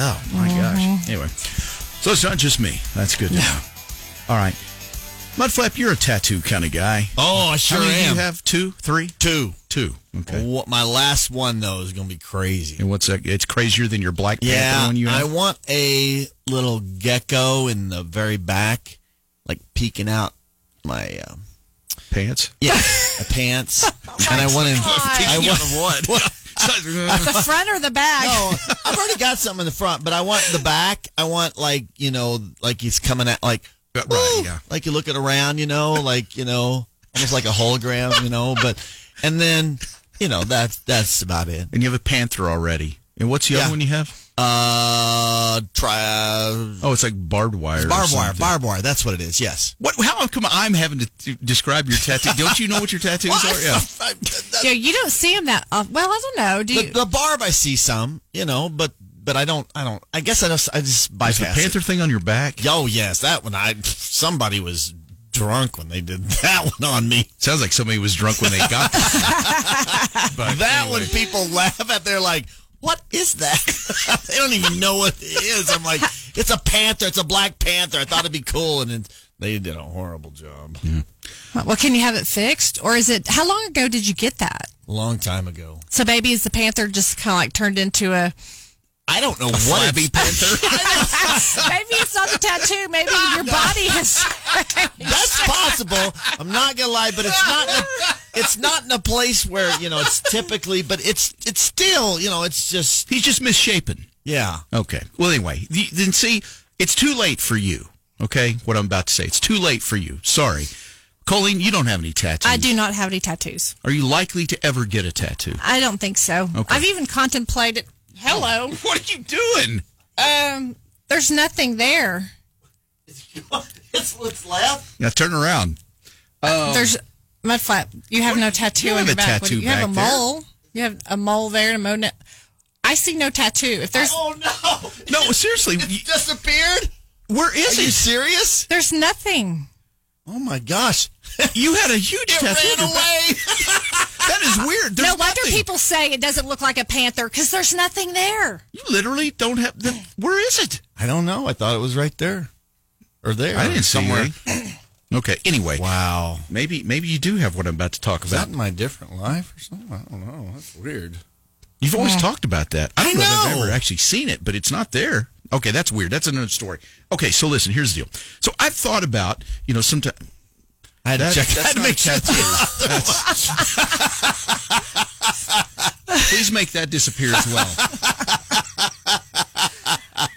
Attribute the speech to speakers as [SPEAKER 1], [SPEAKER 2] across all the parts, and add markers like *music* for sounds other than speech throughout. [SPEAKER 1] Oh my
[SPEAKER 2] Mm-hmm.
[SPEAKER 1] gosh. Anyway, so it's not just me. That's good. to know. All right, Mudflap, you're a tattoo kind of guy.
[SPEAKER 2] Oh, I sure
[SPEAKER 1] How many do
[SPEAKER 2] am.
[SPEAKER 1] you have two, three,
[SPEAKER 2] Two.
[SPEAKER 1] two. Okay.
[SPEAKER 2] What, my last one though is gonna be crazy.
[SPEAKER 1] And what's that? It's crazier than your Black Panther
[SPEAKER 2] Oh. Yeah,
[SPEAKER 1] one you
[SPEAKER 2] I
[SPEAKER 1] have.
[SPEAKER 2] want a little gecko in the very back, like peeking out my uh, *laughs*
[SPEAKER 1] pants.
[SPEAKER 2] yeah
[SPEAKER 1] *laughs*
[SPEAKER 2] my pants,
[SPEAKER 1] Oh
[SPEAKER 2] and I want to. I want *laughs* what?
[SPEAKER 3] The front or the back?
[SPEAKER 2] No,
[SPEAKER 1] *laughs*
[SPEAKER 2] I've already got something in the front, but I want the back. I want like you know, like he's coming out like
[SPEAKER 1] Uh, right,
[SPEAKER 2] "Woo!"
[SPEAKER 1] yeah.
[SPEAKER 2] like you looking around, you know, like you know, almost like a hologram, you know. But and then you know that's that's about it.
[SPEAKER 1] And you have a panther already. And what's the
[SPEAKER 2] Yeah.
[SPEAKER 1] other one you have?
[SPEAKER 2] Uh, try uh,
[SPEAKER 1] Oh, it's like barbed wire. or
[SPEAKER 2] barbed wire,
[SPEAKER 1] something.
[SPEAKER 2] barbed wire. That's what it is. Yes.
[SPEAKER 1] What? How come I'm having to t- describe your
[SPEAKER 2] *laughs*
[SPEAKER 1] tattoo? Don't you know what your tattoos are? Yeah.
[SPEAKER 2] I- that-
[SPEAKER 3] Yeah, you don't see them that. Uh, well, I don't know. Do
[SPEAKER 2] the,
[SPEAKER 3] you?
[SPEAKER 2] the barb, I see some, you know, but but I don't, I don't. I guess I just, I just
[SPEAKER 1] Is the
[SPEAKER 2] bypass
[SPEAKER 1] panther thing on your back?
[SPEAKER 2] It. Oh yes, that one. I somebody was drunk when they did *laughs* that one on me.
[SPEAKER 1] Sounds like somebody was drunk when they got
[SPEAKER 2] *laughs*
[SPEAKER 1] that. but
[SPEAKER 2] That
[SPEAKER 1] anyway.
[SPEAKER 2] one, people laugh at. They're like, "What is that?" *laughs* they don't even know what it is. I'm like, "It's a panther. It's a black panther." I thought it'd be cool, and it, they did a horrible job.
[SPEAKER 3] well, can you have it fixed, or is it? How long ago did you get that?
[SPEAKER 2] Long time ago.
[SPEAKER 3] So maybe is the panther just kind of like turned into a?
[SPEAKER 2] I don't know what
[SPEAKER 1] flabby
[SPEAKER 2] it's-
[SPEAKER 3] *laughs*
[SPEAKER 2] *laughs*
[SPEAKER 3] maybe it's not the tattoo. Maybe your body has.
[SPEAKER 2] That's possible. I'm not gonna lie, but it's not. In a, it's not in a place where you know it's typically, but it's it's still you know it's just
[SPEAKER 1] He's just misshapen.
[SPEAKER 2] yeah.
[SPEAKER 1] Okay. Well, anyway, the- then see, it's too late for you. Okay, what I'm about to say, it's too late for you. Sorry, Colleen, you don't have any tattoos.
[SPEAKER 3] *laughs* I do not have any tattoos.
[SPEAKER 1] Are you likely to ever get a tattoo?
[SPEAKER 3] I don't think so.
[SPEAKER 1] Okay.
[SPEAKER 3] I've even contemplated. Hello.
[SPEAKER 1] What are you doing?
[SPEAKER 3] Um. There's nothing there.
[SPEAKER 2] It's what's left.
[SPEAKER 1] Now turn around.
[SPEAKER 3] There's mud flap. You have no tattoo
[SPEAKER 1] Oh. you have
[SPEAKER 3] on your
[SPEAKER 1] a
[SPEAKER 3] back. What
[SPEAKER 1] tattoo
[SPEAKER 3] do you you have a
[SPEAKER 1] back there.
[SPEAKER 3] mole. You have a mole there and a mole. ne- I see no tattoo. If there's
[SPEAKER 2] Oh no!
[SPEAKER 1] No, seriously,
[SPEAKER 2] It
[SPEAKER 1] y-
[SPEAKER 2] disappeared.
[SPEAKER 1] where
[SPEAKER 2] Is
[SPEAKER 1] is
[SPEAKER 2] he
[SPEAKER 1] it?
[SPEAKER 2] serious?
[SPEAKER 3] there's nothing.
[SPEAKER 2] Oh my gosh!
[SPEAKER 1] You had a huge
[SPEAKER 2] It
[SPEAKER 1] tattoo.
[SPEAKER 2] ran away.
[SPEAKER 1] That is weird. There's
[SPEAKER 3] no wonder
[SPEAKER 1] nothing.
[SPEAKER 3] people say it doesn't look like a panther because there's nothing there.
[SPEAKER 1] You literally don't have. The, where is it?
[SPEAKER 2] I don't know. I thought it was right there, or there.
[SPEAKER 1] I didn't
[SPEAKER 2] somewhere.
[SPEAKER 1] see it. Okay. Anyway,
[SPEAKER 2] Wow.
[SPEAKER 1] maybe maybe you do have what I'm about to talk
[SPEAKER 2] Is that
[SPEAKER 1] about.
[SPEAKER 2] in my different life or something? I don't know. That's weird.
[SPEAKER 1] You've always talked about that. I don't know,
[SPEAKER 2] I
[SPEAKER 1] if I've
[SPEAKER 2] know.
[SPEAKER 1] ever actually seen it, but it's not there. Okay, that's weird. That's another story. Okay, so listen, here's the deal. So I've thought about, you know, sometimes
[SPEAKER 2] I had to check. I had
[SPEAKER 1] that's
[SPEAKER 2] to
[SPEAKER 1] not
[SPEAKER 2] make sure.
[SPEAKER 1] tattoos. That's- *laughs* Please make that disappear as well.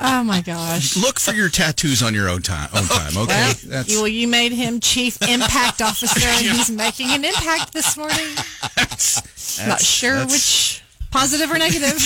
[SPEAKER 3] Oh my gosh.
[SPEAKER 1] Look for your tattoos on your own time. Own time. Okay,
[SPEAKER 3] *laughs* Well,
[SPEAKER 1] that's
[SPEAKER 3] you, well, you made him *laughs* chief impact officer, and he's making an impact this morning. *laughs* Not sure
[SPEAKER 1] that's-
[SPEAKER 3] which positive or *laughs* negative.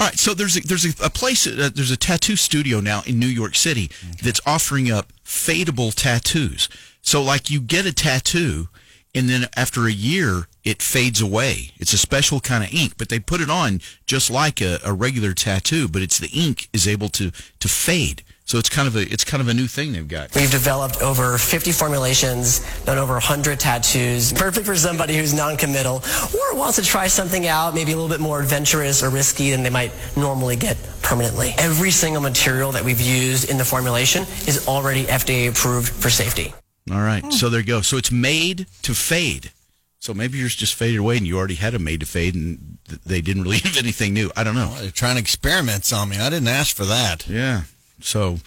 [SPEAKER 1] All right, so there's a, there's a, a place uh, there's a tattoo studio now in New York City that's offering up fadeable tattoos. So like you get a tattoo and then after a year it fades away. It's a special kind of ink, but they put it on just like a, a regular tattoo, but it's the ink is able to to fade. So it's kind of a it's kind of a new thing they've got.
[SPEAKER 4] We've developed over 50 formulations, done over 100 tattoos, perfect for somebody who's non-committal or wants to try something out, maybe a little bit more adventurous or risky than they might normally get permanently. Every single material that we've used in the formulation is already FDA approved for safety.
[SPEAKER 1] All right, so there you go. So it's made to fade. So maybe yours just faded away and you already had a made to fade and th- they didn't really *laughs* have anything new. I don't know.
[SPEAKER 2] They're trying experiments on me. I didn't ask for that.
[SPEAKER 1] Yeah. So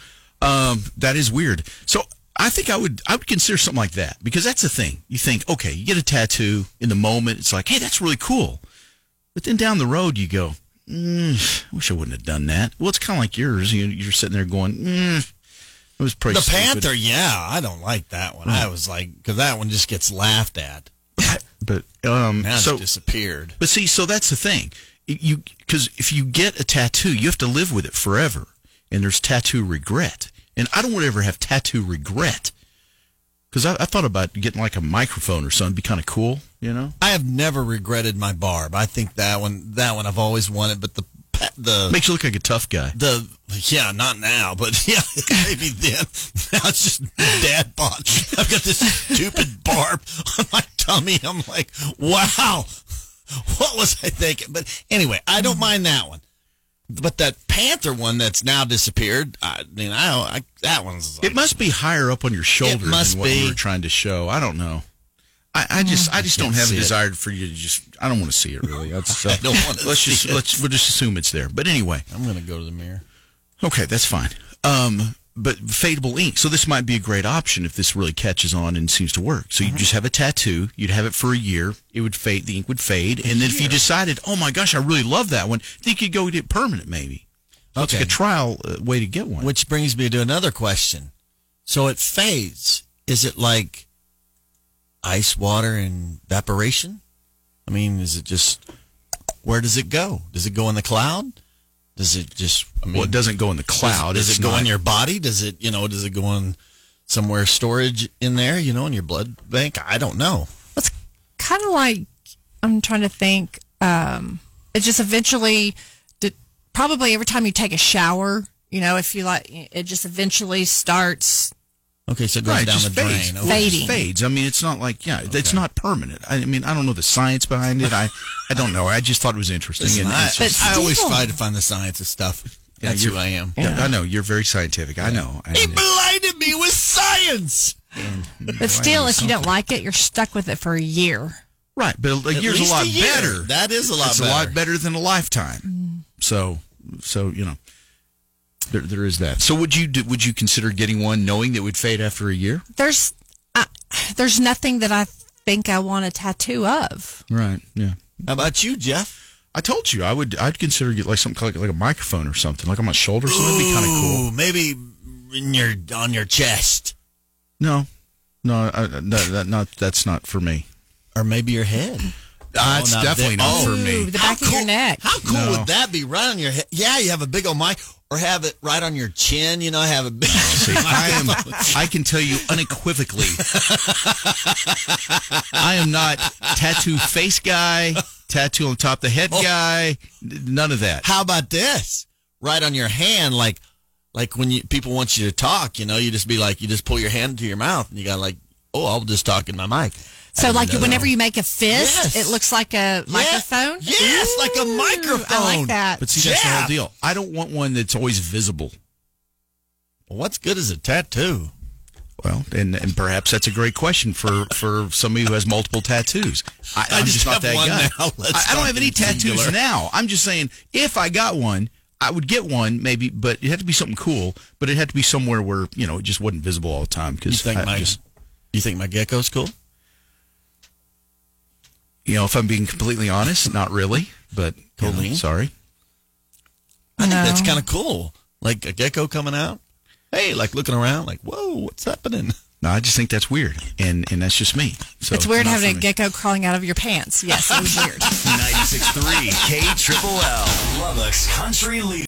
[SPEAKER 1] um, that is weird. So I think I would I would consider something like that because that's the thing. You think, okay, you get a tattoo in the moment, it's like, hey, that's really cool. But then down the road, you go, mm, I wish I wouldn't have done that. Well, it's kind of like yours. You, you're sitting there going, mm, it was pretty.
[SPEAKER 2] The
[SPEAKER 1] stupid. Hmm.
[SPEAKER 2] panther, yeah, I don't like that one. I was like, because that one just gets laughed at.
[SPEAKER 1] but um,
[SPEAKER 2] Now
[SPEAKER 1] so
[SPEAKER 2] it's disappeared.
[SPEAKER 1] But see, so that's the thing. you because if you get a tattoo, you have to live with it forever, and there's tattoo regret. And I don't want to ever have tattoo regret because I, I thought about getting like a microphone or something, be kind of cool, you know.
[SPEAKER 2] I have never regretted my barb. I think that one, that one, I've always wanted. But the pa- the
[SPEAKER 1] Makes you look like a tough guy.
[SPEAKER 2] the yeah, not now, but *laughs* yeah, maybe then. *laughs* Now it's just dad bod. I've got this stupid barb on my tummy. I'm like, wow, what was I thinking? But anyway, I don't mind that one. But that panther one that's now disappeared. I mean, I, I that one's like,
[SPEAKER 1] It must be higher up on your shoulder
[SPEAKER 2] must
[SPEAKER 1] than what
[SPEAKER 2] be. Mm,
[SPEAKER 1] you were trying to show. I don't know. I, I just I just don't have a
[SPEAKER 2] see it.
[SPEAKER 1] desire for you to just I don't want to see it really. That's,
[SPEAKER 2] *laughs*
[SPEAKER 1] uh,
[SPEAKER 2] don't wanna
[SPEAKER 1] let's
[SPEAKER 2] see
[SPEAKER 1] just
[SPEAKER 2] it.
[SPEAKER 1] let's we'll just assume it's there. But anyway,
[SPEAKER 2] I'm gonna go to the mirror.
[SPEAKER 1] Okay, that's fine. Um, but fadeable ink. So this might be a great option if this really catches on and seems to work. So you
[SPEAKER 2] Mm-hmm.
[SPEAKER 1] just have a tattoo. You'd have it for a year. It would fade. The ink would fade. and then if you decided, oh my gosh, I really love that one, then you could go get it permanent maybe. So It's like a trial uh, way to get one.
[SPEAKER 2] Which brings me to another question. So it fades. Is it like ice water and evaporation? I mean, is it just where does it go? Does it go in the cloud? Does it just? I mean,
[SPEAKER 1] well, it doesn't go in the
[SPEAKER 2] does-
[SPEAKER 1] cloud.
[SPEAKER 2] Does,
[SPEAKER 1] It's
[SPEAKER 2] it go in
[SPEAKER 1] not-
[SPEAKER 2] your body? Does it you know? Does it go in somewhere storage in there? You know, in your blood bank? I don't know.
[SPEAKER 3] It's kind of like I'm trying to think. Um, it just eventually, did, probably every time you take a shower, you know, if you like, it just eventually starts.
[SPEAKER 2] Okay, so it goes
[SPEAKER 1] Right,
[SPEAKER 2] down
[SPEAKER 1] just
[SPEAKER 2] the
[SPEAKER 1] fades.
[SPEAKER 2] drain.
[SPEAKER 1] Well, it
[SPEAKER 2] Okay.
[SPEAKER 1] just
[SPEAKER 3] Fading.
[SPEAKER 1] fades. I mean, it's not like yeah, it's not permanent. I mean, I don't know the science behind it. I, I don't know. I just thought it was interesting.
[SPEAKER 2] Listen,
[SPEAKER 1] and
[SPEAKER 2] I,
[SPEAKER 1] it's
[SPEAKER 3] But
[SPEAKER 2] I always
[SPEAKER 3] still-
[SPEAKER 2] try to find the science of stuff.
[SPEAKER 1] Yeah,
[SPEAKER 2] That's
[SPEAKER 1] you-
[SPEAKER 2] who I am.
[SPEAKER 1] yeah, I know you're very scientific. I know. I
[SPEAKER 2] He
[SPEAKER 1] know.
[SPEAKER 2] blinded me with science.
[SPEAKER 3] But still, if you don't like it, you're stuck with it for a year.
[SPEAKER 1] Right, but a
[SPEAKER 2] At
[SPEAKER 1] year's a
[SPEAKER 2] least
[SPEAKER 1] lot
[SPEAKER 2] year.
[SPEAKER 1] better.
[SPEAKER 2] That is a lot
[SPEAKER 1] it's
[SPEAKER 2] better. Mm.
[SPEAKER 1] a lot better than a lifetime. So, so you know, there, there is that. So, would you do, would you consider getting one, knowing that it would fade after a year?
[SPEAKER 3] There's, I, there's nothing that I think I want a tattoo of.
[SPEAKER 1] Right. Yeah.
[SPEAKER 2] How about you, Jeff?
[SPEAKER 1] I told you I would. I'd consider get like something like, like a microphone or something, like on my shoulder. So that'd be kind of cool.
[SPEAKER 2] Ooh, maybe in your on your chest,
[SPEAKER 1] No, no, I, I- no, that, not that's not for me.
[SPEAKER 2] or maybe your head.
[SPEAKER 1] Uh, it's
[SPEAKER 2] Oh, not
[SPEAKER 1] definitely
[SPEAKER 2] that-
[SPEAKER 1] not
[SPEAKER 2] oh.
[SPEAKER 1] for
[SPEAKER 3] Ooh,
[SPEAKER 1] me.
[SPEAKER 3] the back of your neck.
[SPEAKER 2] How cool
[SPEAKER 1] No.
[SPEAKER 2] would that be? Right on your head. Yeah, you have a big old mic, or have it right on your chin. You know, have a big. *laughs*
[SPEAKER 1] See, I am. I can tell you unequivocally, I am not tattoo face guy, tattoo on top of the head
[SPEAKER 2] Oh.
[SPEAKER 1] guy. n- None of that.
[SPEAKER 2] How about this? Right on your hand, like like when you people want you to talk. You know, you just be like you just pull your hand to your mouth, and you got like, oh, I'll just talk in my mic.
[SPEAKER 3] So, like, whenever you make a fist,
[SPEAKER 2] Yes.
[SPEAKER 3] it looks like a
[SPEAKER 2] Yeah.
[SPEAKER 3] microphone.
[SPEAKER 2] Yes, like a
[SPEAKER 3] Ooh, I
[SPEAKER 2] microphone.
[SPEAKER 3] like that.
[SPEAKER 1] But see, that's the
[SPEAKER 2] Yeah.
[SPEAKER 1] whole deal. I don't want one that's always visible.
[SPEAKER 2] What's good as a tattoo?
[SPEAKER 1] Well, and, and perhaps that's a great question for, for somebody who has multiple tattoos. I,
[SPEAKER 2] I
[SPEAKER 1] I'm
[SPEAKER 2] just
[SPEAKER 1] just,
[SPEAKER 2] have
[SPEAKER 1] not that
[SPEAKER 2] one
[SPEAKER 1] guy.
[SPEAKER 2] now. *laughs* Let's
[SPEAKER 1] I, I don't
[SPEAKER 2] talk
[SPEAKER 1] have any
[SPEAKER 2] in
[SPEAKER 1] tattoos
[SPEAKER 2] singular.
[SPEAKER 1] now. I'm just saying, if I got one, I would get one maybe, but it had to be something cool. But it had to be somewhere where you know it just wasn't visible all the time.
[SPEAKER 2] You
[SPEAKER 1] Because
[SPEAKER 2] think my
[SPEAKER 1] just,
[SPEAKER 2] you think my gecko's cool?
[SPEAKER 1] you know, if I'm being completely honest, not really. But you know,
[SPEAKER 2] Colleen?
[SPEAKER 1] sorry.
[SPEAKER 2] I think
[SPEAKER 3] No.
[SPEAKER 2] that's kind of cool. Like a gecko coming out. Hey, like looking around, like, whoa, what's happening?
[SPEAKER 1] No, I just think that's weird, and and that's just me. So
[SPEAKER 3] it's weird
[SPEAKER 1] not for
[SPEAKER 3] having a
[SPEAKER 1] me.
[SPEAKER 3] gecko crawling out of
[SPEAKER 2] *laughs*
[SPEAKER 3] your pants. Yes, it was weird.
[SPEAKER 5] 96.3 K Triple L. Lubbock's country leader.